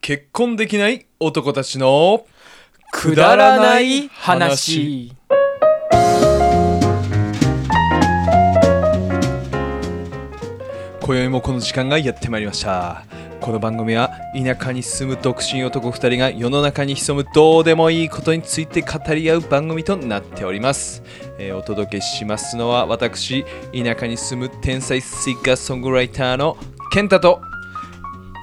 結婚できない男たちのくだらない話今宵もこの時間がやってまいりましたこの番組は田舎に住む独身男2人が世の中に潜むどうでもいいことについて語り合う番組となっております、えーお届けしますのは私田舎に住む天才スイカーソングライターの健太と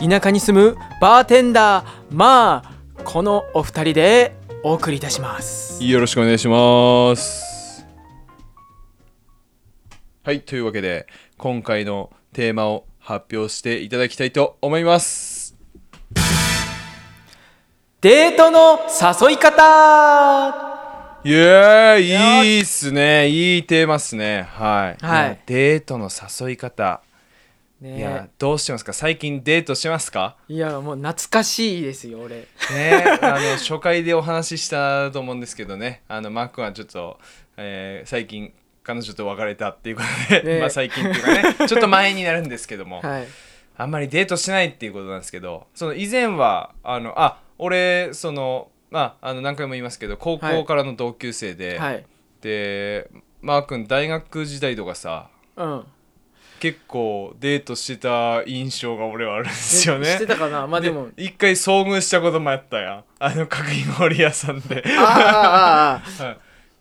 田舎に住むバーテンダーまあこのお二人でお送りいたしますよろしくお願いします。はい、というわけで、今回のテーマを発表していただきたいと思います。デートの誘い方イエーイいいっすね。いいテーマっすね。はい。はいやデートの誘い方。いやね、どうしてますか最近デートしてますかいやもう懐かしいですよ俺ね あの初回でお話ししたと思うんですけどねあのマークはちょっと、えー最近彼女と別れたっていうことで、ねまあ最近っていうかねちょっと前になるんですけども、はいあんまりデートしないっていうことなんですけどその以前はあのあ俺そのまああの何回も言いますけど高は校いからの同級生で、はいでマー君大学時代とかさうん結構デートしてた印象が俺はあるんですよね。してたかなまあ でも一回遭遇したこともあったやんあの角煮盛り屋さんで ああああああはい、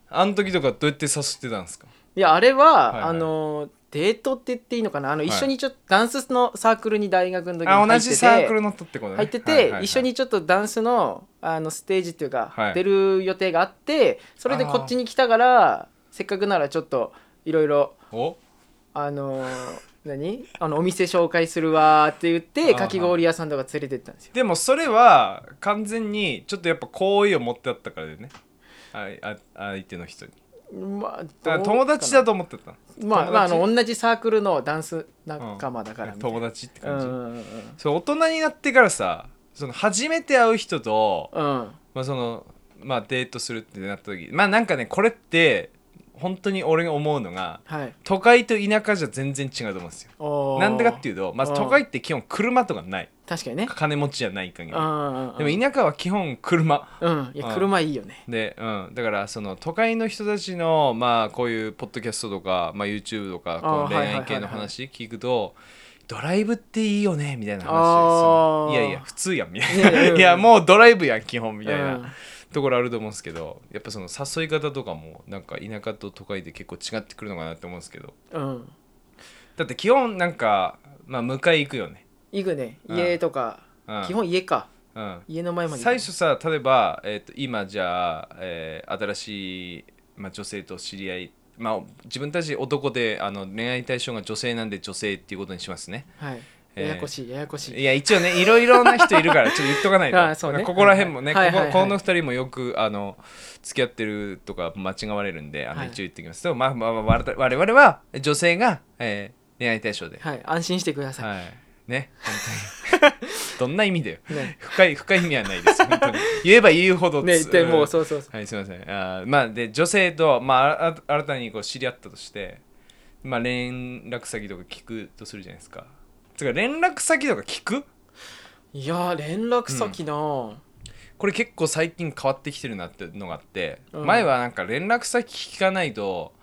あの時とかどうやって誘ってたんですかいやあれはは、いはいあのデートって言っていいのかなあのい一緒にちょっとダンスのサークルに大学の時に入あってて同じサークルのとってことね入ってて、はいはいはい一緒にちょっとダンスのあのステージっていうか、はい出る予定があってそれであーこっちに来たからせっかくならちょっといろいろおあのー何あのお店紹介するわーって言ってあーかき氷屋さんとか連れてったんですよでもそれは完全にちょっとやっぱ好意を持ってあったからだよねああ相手の人にまあどうだかからな友達だと思ってたのまあ、まあ、あ友の同じサークルのダンス仲間だからみたいな友達って感じ、うんうんそう大人になってからさその初めて会う人と、うんうんまあ、そのまあデートするってなった時まあなんかねこれって本当に俺が思うのがはい都会と田舎じゃ全然違うと思うんですよなんでかっていういうとまずあー都会って基本車とかない確かにね金持ちじゃない限りうんうんでも田舎は基本車うんいうんや車いいよねで、うん、だからその都会の人たちのまあこういうポッドキャストとか、まあ、YouTube とかーこう恋はいはいはい愛はい系の話聞くとドライブっていいよねみたいな話あーそのいやいや普通やんみたいやいいやいなやいやもうドライブやん基本みたいうんなところあると思うんですけどやっぱその誘い方とかもなんか田舎と都会で結構違ってくるのかなって思うんですけどうんだって基本なんかまあ迎え行くよね行くねうん家とかうん基本家かうん家の前まで行最く初さ例えば、えー、と今じゃあ、えー新しい、まあ、女性と知り合い、まあ、自分たち男であの恋愛対象が女性なんで女性っていうことにしますねはいえーややこしいややこしいいや一応ねいろいろな人いるからちょっと言っとかない あとーそうねここら辺もね、はいはいはいこここの二人もよくあの付き合ってるとか間違われるんであの、はい一応言っておきますと、まあまあまあ、わた我々は女性が、えー恋愛対象で、はい安心してくださいはい。ね、 本当に。どんな意味だよ。ね深い、深い意味はないです。 本当に言えば言うほどねつでもうんそうそうそうはい、すみません。あーまあ、で、女性と、まあ、あ新たにこう知り合ったとして、まあ、連絡先とか聞くとするじゃないですか。つうか、連絡先とか聞くいやー連絡先のこれ結構最近変わってきてるなってのがあって、うん前はなんか連絡先聞かないと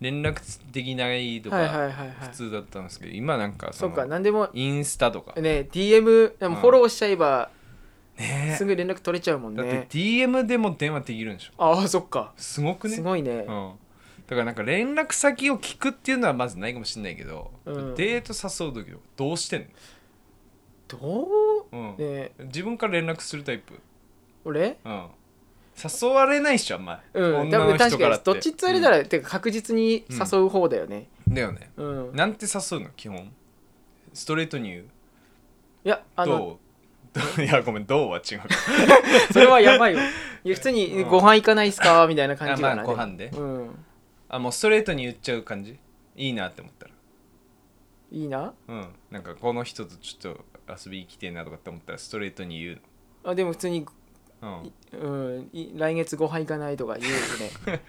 連絡できないとはいはいはいかはい普通だったんですけど、今なんかそそっのか何でもインスタとか、ね DM でもうんフォローしちゃえばねすぐ連絡取れちゃうもんだってね DM でも電話できるんでしょああそっかすごくねすごいねうん、だからなんか連絡先を聞くっていうのはまずないかもしれないけど、うんデート誘う時はどうしてんどの、うねうん、自分から連絡するタイプ、俺うん、誘われないっしょあんまり、うん多女の分人確かからっにてどっちつあれたらてか確実に誘う方だよねうんだよねうんなんて誘うの基本ストレートに言ういやあのどうどういやごめんどうは違うかそれは やばいよ。いや普通にうんご飯行かないっすかみたいな感じかな。あまあご飯でもうん。あもうストレートに言っちゃう感じいいなって思ったらいいな。うんなんかこの人とちょっと遊びに来てえなとかって思ったらストレートに言うあでも普通に、の、うん、うん、い来月ご飯行かないとか言う よね。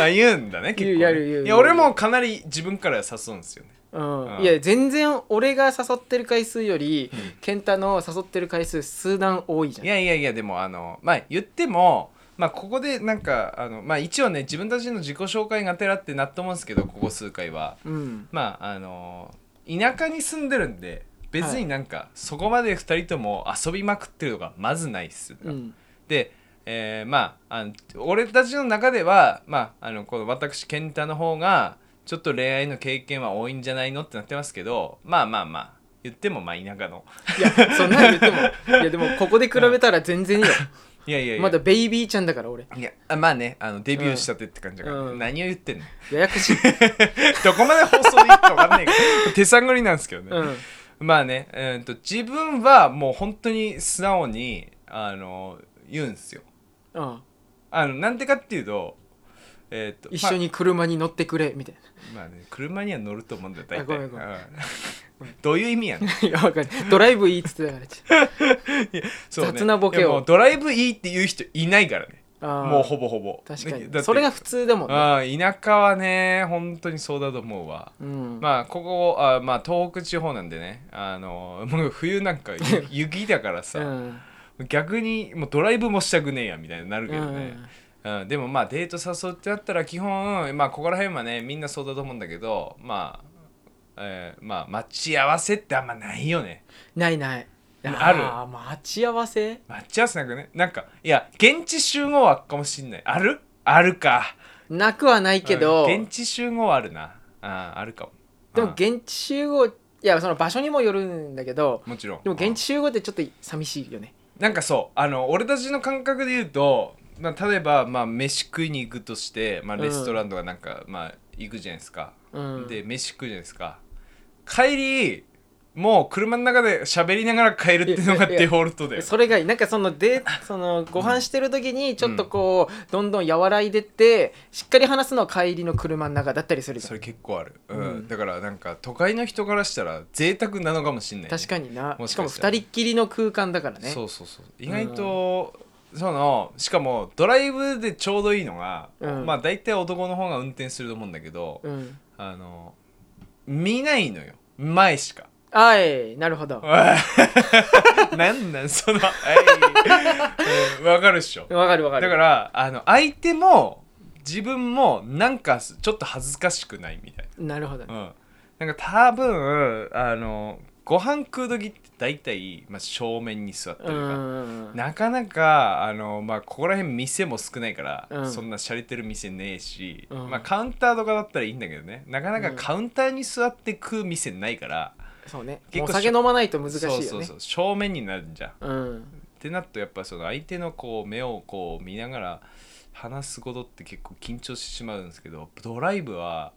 あ言うんだね結構ね言うやる言ういや俺もかなり自分から誘うんですよね、うんうんいや全然俺が誘ってる回数より健太の誘ってる回数数段多いじいゃんやいやいやでもあのまあ言ってもまあここでなんかあのまあ一応ね自分たちの自己紹介がてらってなったもんですけどここ数回はうんまああの田舎に住んでるんで別になんかそこまで2人とも遊びまくってるのがまずないっす、うんで、えーまああの俺たちの中では、まあ、あのこの私健太の方がちょっと恋愛の経験は多いんじゃないのってなってますけどまあまあまあ言ってもまあ田舎のいやそんなの言ってもいやでもここで比べたら全然いいよ いやいやいやまだベイビーちゃんだから俺いやあまあねあのデビューしたてって感じだから、うん何を言ってんの ややこしい、どこまで放送でいいか分かんないけど 手探りなんですけどね、うん、まあね、えー、と自分はもう本当に素直にあの言うんですようんあのなんでかっていうと,、えー、と一緒に車に乗ってくれみたいまあ、まあね車には乗ると思うんだよあ大ご体めんごめんうん どういう意味やねんな いやわかんないドライブいいっつってたからちそうね雑なボケをいやもうドライブいいって言う人いないからねあーもうほぼほぼ確かだってにそれが普通だもんねあー田舎はね本当にそうだと思うわうんまあここあまあ東北地方なんでねあのもう冬なんかゆ 雪だからうさ、ん逆にもうドライブもしたくねえやみたいになるけうどね、んうんでもまあデート誘うってなったら基本まあここら辺はねみんなそうだと思うんだけどまあえーまあ待ち合わせってあんまないよねないないあるー待ち合わせ待ち合わせなんかねなんかいや現地集合はかもしんないあるあるかなくはないけど、うん現地集合はあるなあーあるかもでもうん現地集合いやその場所にもよるんだけどもちろんでもうん現地集合ってちょっと寂しいよねなんかそうあの俺たちの感覚で言うと、まあ、例えば、まあ、飯食いに行くとして、まあ、うんレストランとかなんか、まあ、行くじゃないですか、うんで飯食うじゃないですか帰りもう車の中で喋りながら帰るっていうのがいやいやデフォルトだよそれがいいなんかそのでそのご飯してる時にちょっとこう、どんどん和らいでってしっかり話すのは帰りの車の中だったりするじゃそんれ結構ある、うんうんだからなんか都会の人からしたら贅沢なのかもしんないね、確かになもししかかもしたら二人っきりの空間だからねそうそうそう意外と、そのしかもドライブでちょうどいいのが、うんまあ大体男の方が運転すると思うんだけど、うんあの見ないのよ前し か。 あいなるほどわなんなんそのはいうんわかるっしょ。かるわかだるからあの相手も自分もなんかちょっと恥ずかしくないみたいなるほど、ねな。うん、なんか多分あのご飯食う時って大体、まあ、正面に座ってるうかんら。うんうんなかなかあの、まあ、ここら辺店も少ないから、うんそんな洒落てる店ねえし、うんまあ、カウンターとかだったらいいんだけどねなかなうかんカウンターに座って食う店ないから、そうね結構もうお酒飲まないと難しいよそうねそうそう正面になるじゃん。っうんてなるとやっぱその相手のこう目をこう見ながら話すことって結構緊張してしまうんですけどドライブは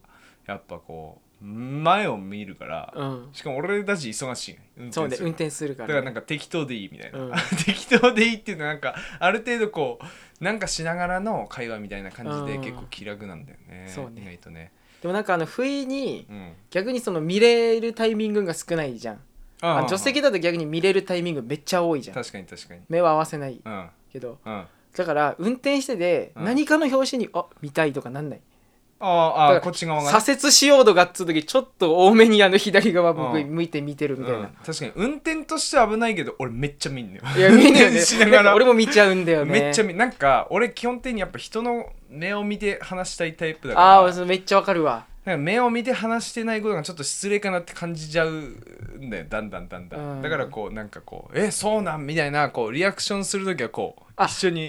やっぱこう前を見るから、うんしかも俺たち忙しい運転すそうるねから運転するかだら、からなんか適当でいいみたいな、うん 適当でいいっていうのはなんかある程度こうなんかしながらの会話みたいな感じでうん結構気楽なんだよね、そうね意外とね、でもなんかあの不意にうん、逆にその見れるタイミングが少ないじゃんああ助手席だと逆に見れるタイミングめっちゃ多いじゃん確かに確かに目は合わせないうんけどうんだから運転しててうん何かの拍子に、あ見たいとかなんないあだかあらこっち側がね左折しようとかっつう時ちょっと多めにあの左側僕うん向いて見てるみたいなうん、確かに運転としては危ないけど俺めっちゃ見んのよいや見るよ運 ね転しながなんから俺も見ちゃうんだよねめっちゃ見なんか俺基本的にやっぱ人の目を見て話したいタイプだからああそうめっちゃわかるわなんか目を見て話してないことがちょっと失礼かなって感じちゃうんだよだんだんだんだん、うんだからこうなんかこう「えそうなん?」みたいなこうリアクションする時はこうあ一緒に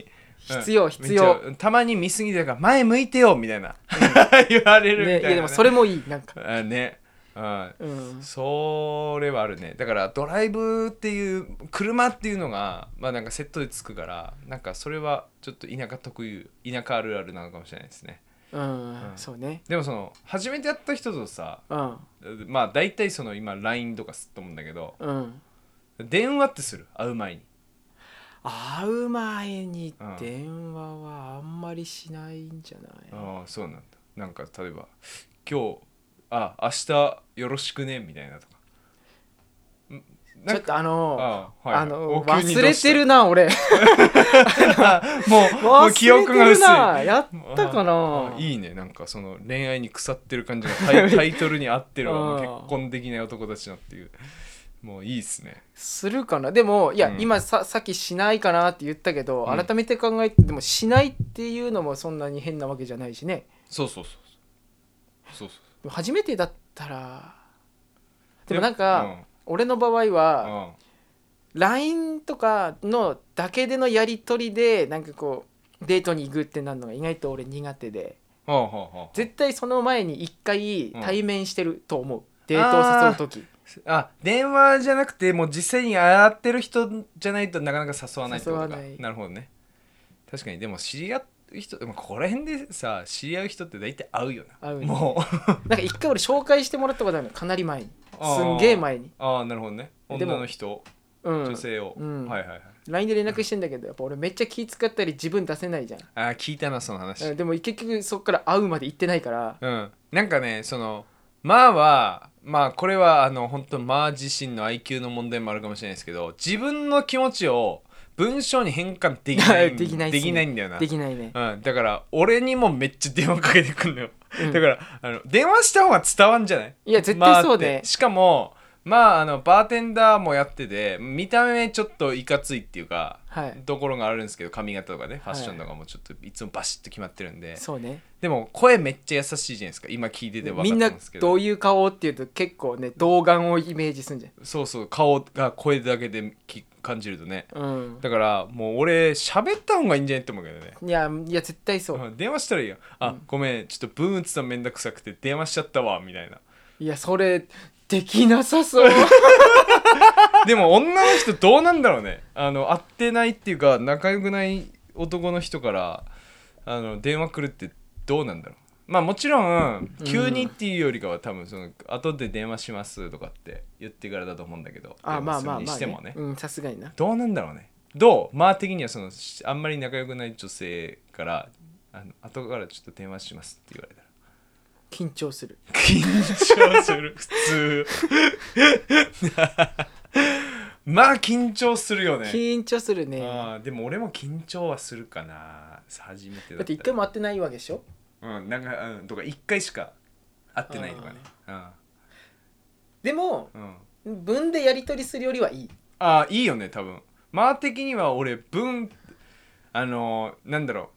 うん必要必要見ちゃうたまに見すぎてから「前向いてよ」みたいな、 言われるみたねいいな、やでもそれもいいなんかあねうんうんそれはあるねだからドライブっていう車っていうのがまあなんかセットでつくからなんかそれはちょっと田舎特有田舎あるあるなのかもしれないですねうんうんそうねでもその初めて会った人とさうんまあ大体その今 LINE とかすると思うんだけどうん電話ってする会う前に会う前にうん電話はあんまりしないんじゃないああそうなんだなんか例えば「今日あ明日よろしくね」みたいなとかんちなょんっとあのあはいあのお急に忘どうれしてるな俺あもう も忘うれて記憶がる薄いなやったかあなーいいねなんかその恋愛に腐ってる感じがタ イタイトルに合ってるわもううん結婚できない男たちなっていうもういいっすねするかなでもいや、うん今ささっきしないかなって言ったけど、うん改めて考えてでもしないっていうのもそんなに変なわけじゃないしねそうそうそうそうそうでも初めてだったらででもなんか、俺の場合うんは、うん LINE とかのだけでのやり取りでなんかこうデートに行くってなるのが意外と俺苦手ではあはあはあ絶対その前に一回うん対面してると思う、デートを誘う時あ電話じゃなくてもう実際に会ってる人じゃないとなかなか誘わないってこと誘かわないなるほどね確かにでも知り合う人でもここら辺でさ知り合う人って大体会うよな会うねもうなんか一回俺紹介してもらったことあるのかなり前にあーすんげえ前にああなるほどねで女もの人うん女性を、うんはいはいはい LINE で連絡してんだけどやっぱ俺めっちゃ気使ったり自分出せないじゃんあー聞いたなその話、うんでも結局そこから会うまで行ってないからうん、なんかねそのまあはまあこれはあの本当まあ自身の IQ の問題もあるかもしれないですけど自分の気持ちを文章に変換できない できないっすでねきないんだよなできないねうん、だから俺にもめっちゃ電話かけてくんのよ、うんだからあの電話した方が伝わんじゃないいや絶対そうねまあってしかもまああのバーテンダーもやってて見た目ちょっといかついっていうか、はいところがあるんですけど髪型とかねファッションとかもちょっといつもバシッと決まってるんで、そうねでも声めっちゃ優しいじゃないですか今聞いてて分かっみんたなんですけどどういう顔っていうと結構ね童顔をイメージすんじそうそう顔が声だけでき感じるとねゃんうんだからもう俺喋った方がいいんじゃないって思うけどねいやいや絶対そううん電話したらいいよあ、ごめんちょっとブーン打つのめんどくさくて電話しちゃったわみたいないやそれできなさそう でも女の人どうなんだろうねあの会ってないっていうか仲良くない男の人からあの電話来るってどうなんだろうまあもちろん急にっていうよりかは多分その後で電話しますとかって言ってからだと思うんだけどあ電ま話あすまるあにましあてねもねうんさすがになどうなんだろうねどうまあ的にはそのしあんまり仲良くない女性からあの後からちょっと電話しますって言われたら緊張する緊張する普通まあ緊張するよね緊張するねあーでも俺も緊張はするかな初めてだだっって一た回らも会ってないわけでしょうんなんかうんとか一回しか会ってないとかねあでもー,、うん、文でやり取りするよ りはいいあーいいよね多分まあ的には俺文あのーなんだろう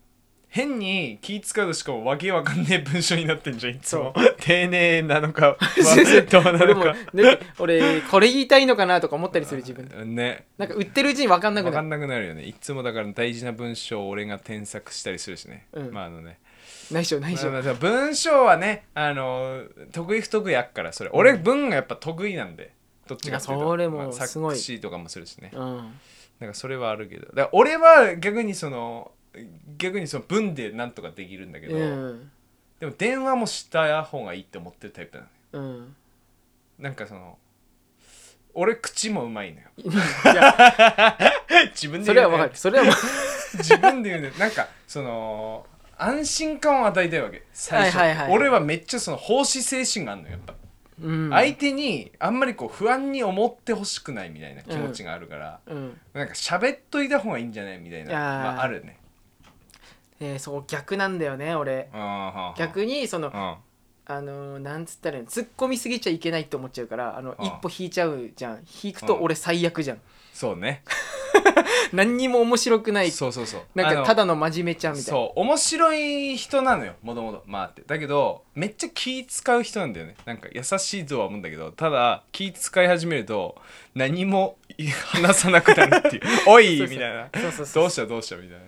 変に気使うとしかもわけわかんねえ文章になってんじゃんいつも丁寧なの か先生どうな俺のもかね俺これ言いたいのかなとか思ったりする自分でねなんか売ってるうちに分かんなく分なかるんなくなるよねいつもだから大事な文章を俺が添削したりするしね、うんまああのねないしょないしょまあまあ文章はねあの得意不得意あっからそれ俺文がやっぱ得意なんでどっちかっていういとやそれもまあすごい作詞とかもするしねうんなんかそれはあるけどだから俺は逆にその逆にその文でなんとかできるんだけど、うんでも電話もした方がいいって思ってるタイプなのようんなんかその俺口もうまいのよいや 自分で言うねそれは分かるそれは分か自分で言うねなんかその安心感を与えたいわけ最初、はいはいはいはい俺はめっちゃその奉仕精神があるのよやっぱ、るうん相手にあんまりこう不安に思ってほしくないみたいな気持ちがあるから、うんなんか喋っといた方がいいんじゃないみたいなあーまあ、あるねえーそう逆なんだよね俺うんうんうん逆にそのうんあのーなんつったらいいの突っ込みすぎちゃいけないって思っちゃうからあのうん一歩引いちゃうじゃん引くと俺最悪じゃんそうね何にも面白くないそうそうそうなんあかのただの真面目ちゃんみたいなそう面白い人なのよもともとまあってだけどめっちゃ気使う人なんだよねなんか優しいとは思うんだけどただ気使い始めると何もい話さなくなるっていう 「おい!」そうみそうたいなそうそどうそううしたどうしたみたいな、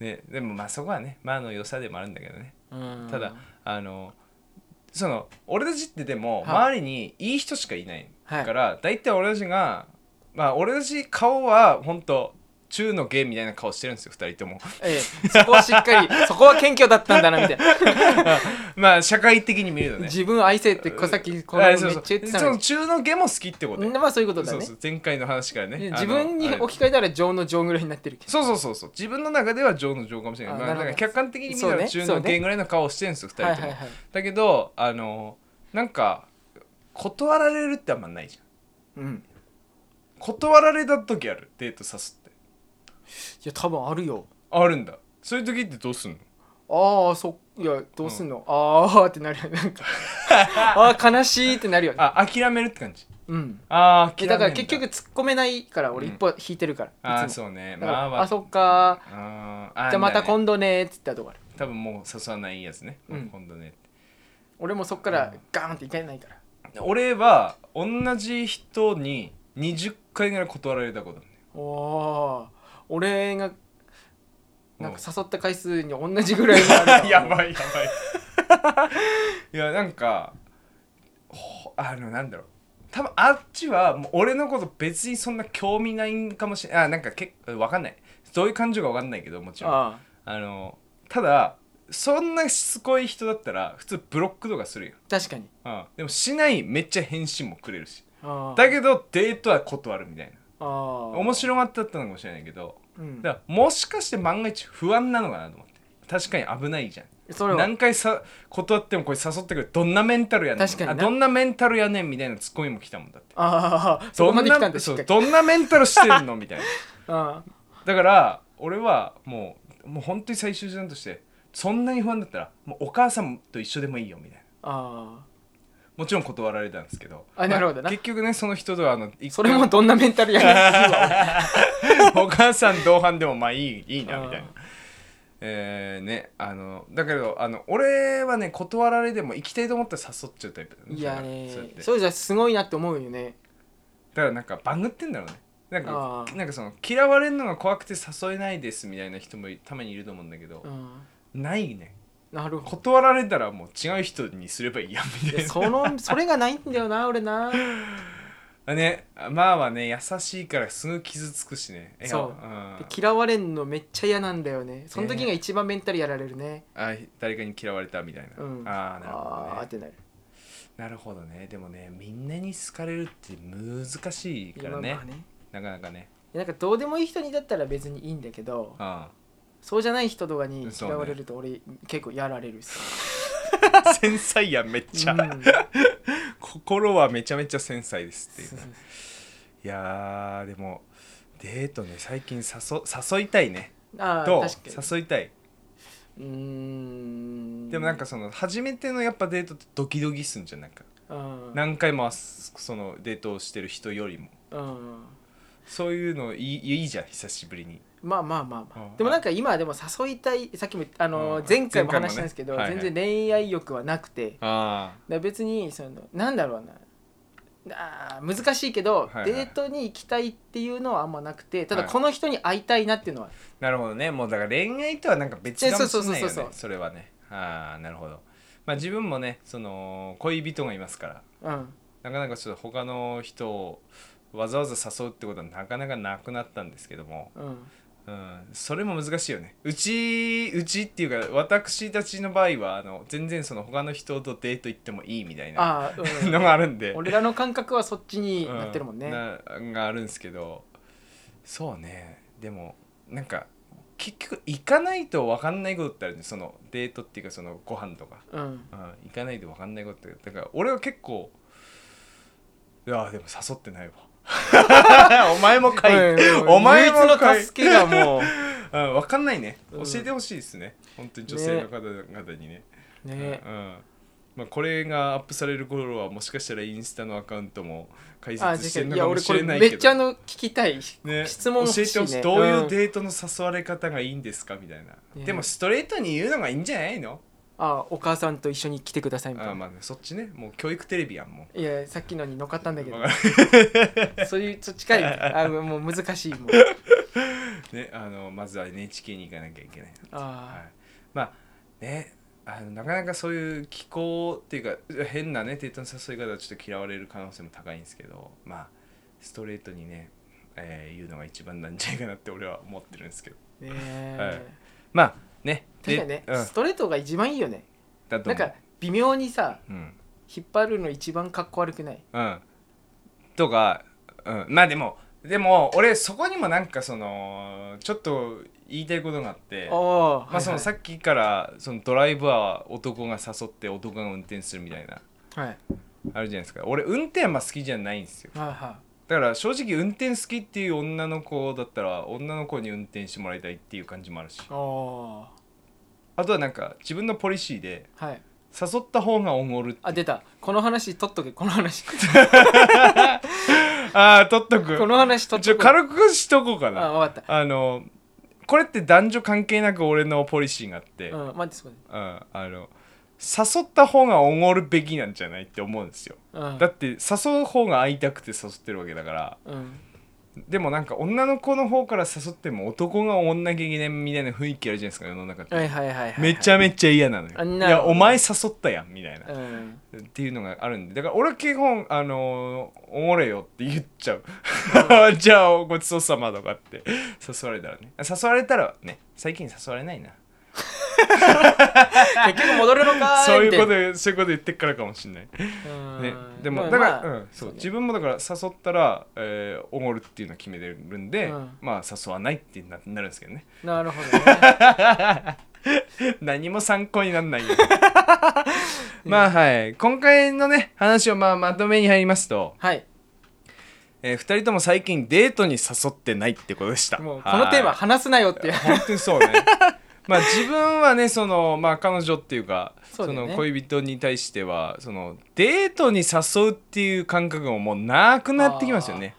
ね、でもまあそこはねまああの良さでもあるんだけどねうんただあのその俺たちってでもは周りにいい人しかいないはいから大体俺たちがまあ俺たち顔は本当中の芸みたいな顔してるんですよ2人とも。ええ、そこはしっかりそこは謙虚だったんだなみたいな まあ社会的に見るとね。自分を愛せってこさっきこのあめっちそうゃそう言ってたそののに中の下も好きってことみんよなまあそういうことだそうねそう前回の話からね。であの自分にあれ置き換えたら情の情ぐらいになってるけどそうそうそうそう自分の中では情の情かもしれない。あまあななるんほどか客観的に見たそうらね中そのうね下ぐらいの顔をしてるんですよは二人いはといもはい。だけどあのなんか断られるってあんまないじゃん。うん断られた時あるデートさすってや多分あるよあるんだそういう時ってどうすんのああそいやどうすんの、ああってなるよね なんかああ悲しいってなるよねあ諦めるって感じうんああえだから結局突っ込めないから俺うん一歩引いてるから、ああいつもそうねだからまああまあそっかあーーじゃあまた度今度ねーっつったとこある多分もう誘わないやつね、うん今度ね俺もそっからガーンっていけないから俺は同じ人に20回ぐらい断られたことあるねおおー俺がなんかう誘った回数に同じぐらい にあるやばいやばいいやなんかほあのなんだろう多分あっちはもう俺のこと別にそんな興味ないんかもしれないあなんかけわかんないどういう感情かわかんないけどもちろんあああのただそんなしつこい人だったら普通ブロックとかするよ、確かにうん、でもしないめっちゃ返信もくれるしああだけどデートは断るみたいなああ面白がったったのかもしれないけどうん、だからもしかして万が一不安なのかなと思って確かに危ないじゃんそれは何回さ断ってもこれ誘ってくるどんなメンタルやねん確かになあどんなメンタルやねんみたいなツッコミも来たもんだってああそこまで来たどんんなだしそっかうりどんなメンタルしてんのみたいなああだから俺はもうもう本当に最終手段としてそんなに不安だったらもうお母さんと一緒でもいいよみたいなあもちろん断られたんですけどあなるほどなまあ結局ねその人とはあの一それもどんなメンタルやねん お母さん同伴でもまあいいいいなあーみたいな。えーね、あのだけどあの俺はね断られでも行きたいと思ったら誘っちゃうタイプだ ねいやそうやっねてだそうじゃすごいなって思うよねからなんかバグってんだろうねなんかあーなんかその嫌われるのが怖くて誘えないですみたいな人もたまにいると思うんだけどう、んないねなるほど断られたらもう違う人にすればいいやみたいいやなそのそれがないんだよな俺なねま あはね優しいからすぐ傷つくしねいやそうんで嫌われんのめっちゃ嫌なんだよねその時が一番メンタルやられるね、あ誰かに嫌われたみたいな、うんああなるほど、ねあ、ーってなるなるほどねでもねみんなに好かれるって難しいからね今まあねなかなかねなんかどうでもいい人にだったら別にいいんだけどあそうじゃない人とかにそうね嫌われると俺結構やられるし、あ繊細やん めっちゃ、うん心はめちゃめちゃ繊細ですっていういやーでもデートね最近誘誘いたいねあどあう確か誘いたいにうーんでもなんかその初めてのやっぱデートってドキドキすんじゃんなんかうん何回もあすそのデートをしてる人よりもうんそういうのいいいいじゃん久しぶりにまあまあまあまうあんでもなんか今はでも誘いたいさっきもあのうん前回も前回もね話したんですけどはいはい全然恋愛欲はなくてあだから別にそのなんだろうなあー難しいけど、はいはいデートに行きたいっていうのはあんまなくてただはいこの人に会いたいなっていうのは、あなるほどねもうだから恋愛とはなんか別かもしれないよそうそうそうそうねそうそれはねああなるほどまあ自分もねその恋人がいますからうんなかなかちょっと他の人をわざわざ誘うってことはなかなかなくなったんですけども、うん、うん、それも難しいよねうちうちっていうか私たちの場合はあの全然その他の人とデート行ってもいいみたいなああ、う んのがあるんで俺らの感覚はそっちにうんなってるもんね、ながあるんですけどそうねでもなんか結局行かないと分かんないことってあるんでそのデートっていうかそのご飯とか、うんうん、行かないと分かんないことってだから俺は結構いやでも誘ってないわ お前もかい、うんお前唯も一かのい、助けがもうん、分かんないねうん教えてほしいですね、本当に女性の方々にねうねうんうんまあ、これがアップされる頃はもしかしたらインスタのアカウントも解あ説して確るのかにいやかも俺しこれれないめけどっちゃあの聞きたい、ね、質問欲しいね教えてほしいどういううんデートの誘われ方がいいんですかみたいな、ねでもストレートに言うのがいいんじゃないの、あお母さんと一緒に来てくださいみたいあな、ーまあねそっちねもう教育テレビやんもいやさっきのに乗っかったんだうけど わかそういうそっちかいあもう難しいもんるねあのまずは NHK に行かなきゃいけない、はあい、まあねあのなかなかそういう気候っていうか変なねデートの誘い方はちょっと嫌われる可能性も高いんですけどまあストレートにね、えー言うのが一番なんじゃないかなって俺は思ってるんですけどあねえ、はいまあね確かにね、でうん、ストレートが一番いいよねだとなん思うか微妙にさうん引っ張るの一番かっこ悪くないうん、とか、うん、まあでもでも俺そこにもなんかそのちょっと言いたいことがあっておまあそのさっきからそのドライブは男が誘って男が運転するみたいなあはいるじゃないですか俺運転はあんま好きじゃないんですよはいはだから正直運転好きっていう女の子だったら女の子に運転してもらいたいっていう感じもあるしああはあとはなんか自分のポリシーでい誘った方がおごるあ出たこの話取っとけこの話ああ取っとこくの話取っちょとけあ軽くしとこうかな分かっあのこれって男女関係なく俺のポリシーがあって、たうんうん待ってそこであの誘った方がおごるべきなんじゃないって思うんですようんだって誘う方が会いたくて誘ってるわけだからうんでもなんか女の子の方から誘っても男がおごんなきゃいけないみたいな雰囲気あるじゃないですか世の中って、はいはいはいはいはいめちゃめちゃ嫌なのあよいなるほやどお前誘ったやんみたいな、うんっていうのがあるんでだから俺は基本あのーおもれよって言っちゃう じゃあごちそうさまとかって誘われたらね誘われたらね最近誘われないな結局戻るのかーいそういうことみでそういうこと言ってっからかもしんない、ね、たいなうんでもまあだから、まあうん、そうそうね自分もだから誘ったら、えーおごるっていうのを決めてるんで、うんまあ誘わないってななるんですけど ねなるほどね何も参考になんないよ まあはい今回のね話をまあまとめに入りますと、はいえー、2人とも最近デートに誘ってないってことでしたもうこのテーマは話すなよってい本当にそう ねまあ自分はねそのまあ彼女っていうかそうだよねの恋人に対してはそのデートに誘うっていう感覚ももうなくなってきますよね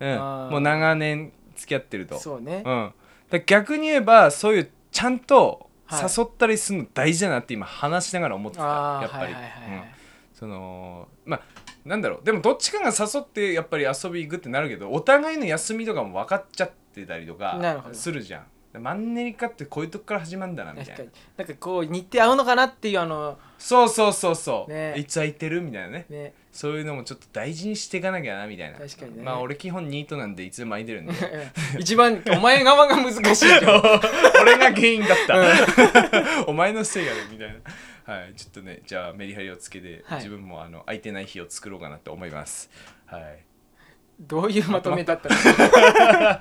うんあーもう長年付き合ってるとそうねうん、だ逆に言えばそういうちゃんとはい誘ったりするの大事だなって今話しながら思ってた、ああやっぱり、はいはいはいはいうん、そのまあなんだろうでもどっちかが誘ってやっぱり遊び行くってなるけどお互いの休みとかも分かっちゃってたりとなるほかどするじゃんでマンネリ化ってこういうとこから始まるんだなみた確いかなになんかこう日程合うのかなっていうあのそうそうそうそう、ねいつ空いてるみたいなねね そういうのもちょっと大事にしていかなきゃなみたいな確かにねまあ俺基本ニートなんでいつでも空いて るんで一番お前側が難しい けど俺が原因だった、 お前のせいやでみたいなはいちょっとねじゃあメリハリをつけて、はい自分もあの空いてない日を作ろうかなと思いますはいどういうまとめだったのは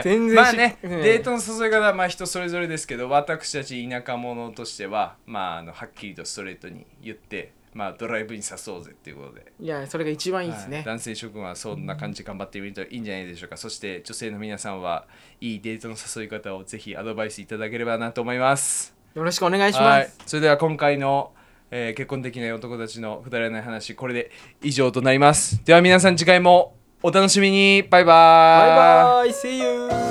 い、全然しまあね、うんデートの誘い方はまあ人それぞれですけど私たち田舎者としてはまああのはっきりとストレートに言ってまあドライブに誘おうぜっていうことで。いやそれが一番いいですはいね男性諸君はそんな感じで頑張ってみるといいんじゃないでしょうかそして女性の皆さんはいいデートの誘い方をぜひアドバイスいただければなと思いますよろしくお願いしますそれでは今回の、えー結婚できない男たちのくだらない話これで以上となりますでは皆さん次回もお楽しみにバイババーイバイ See you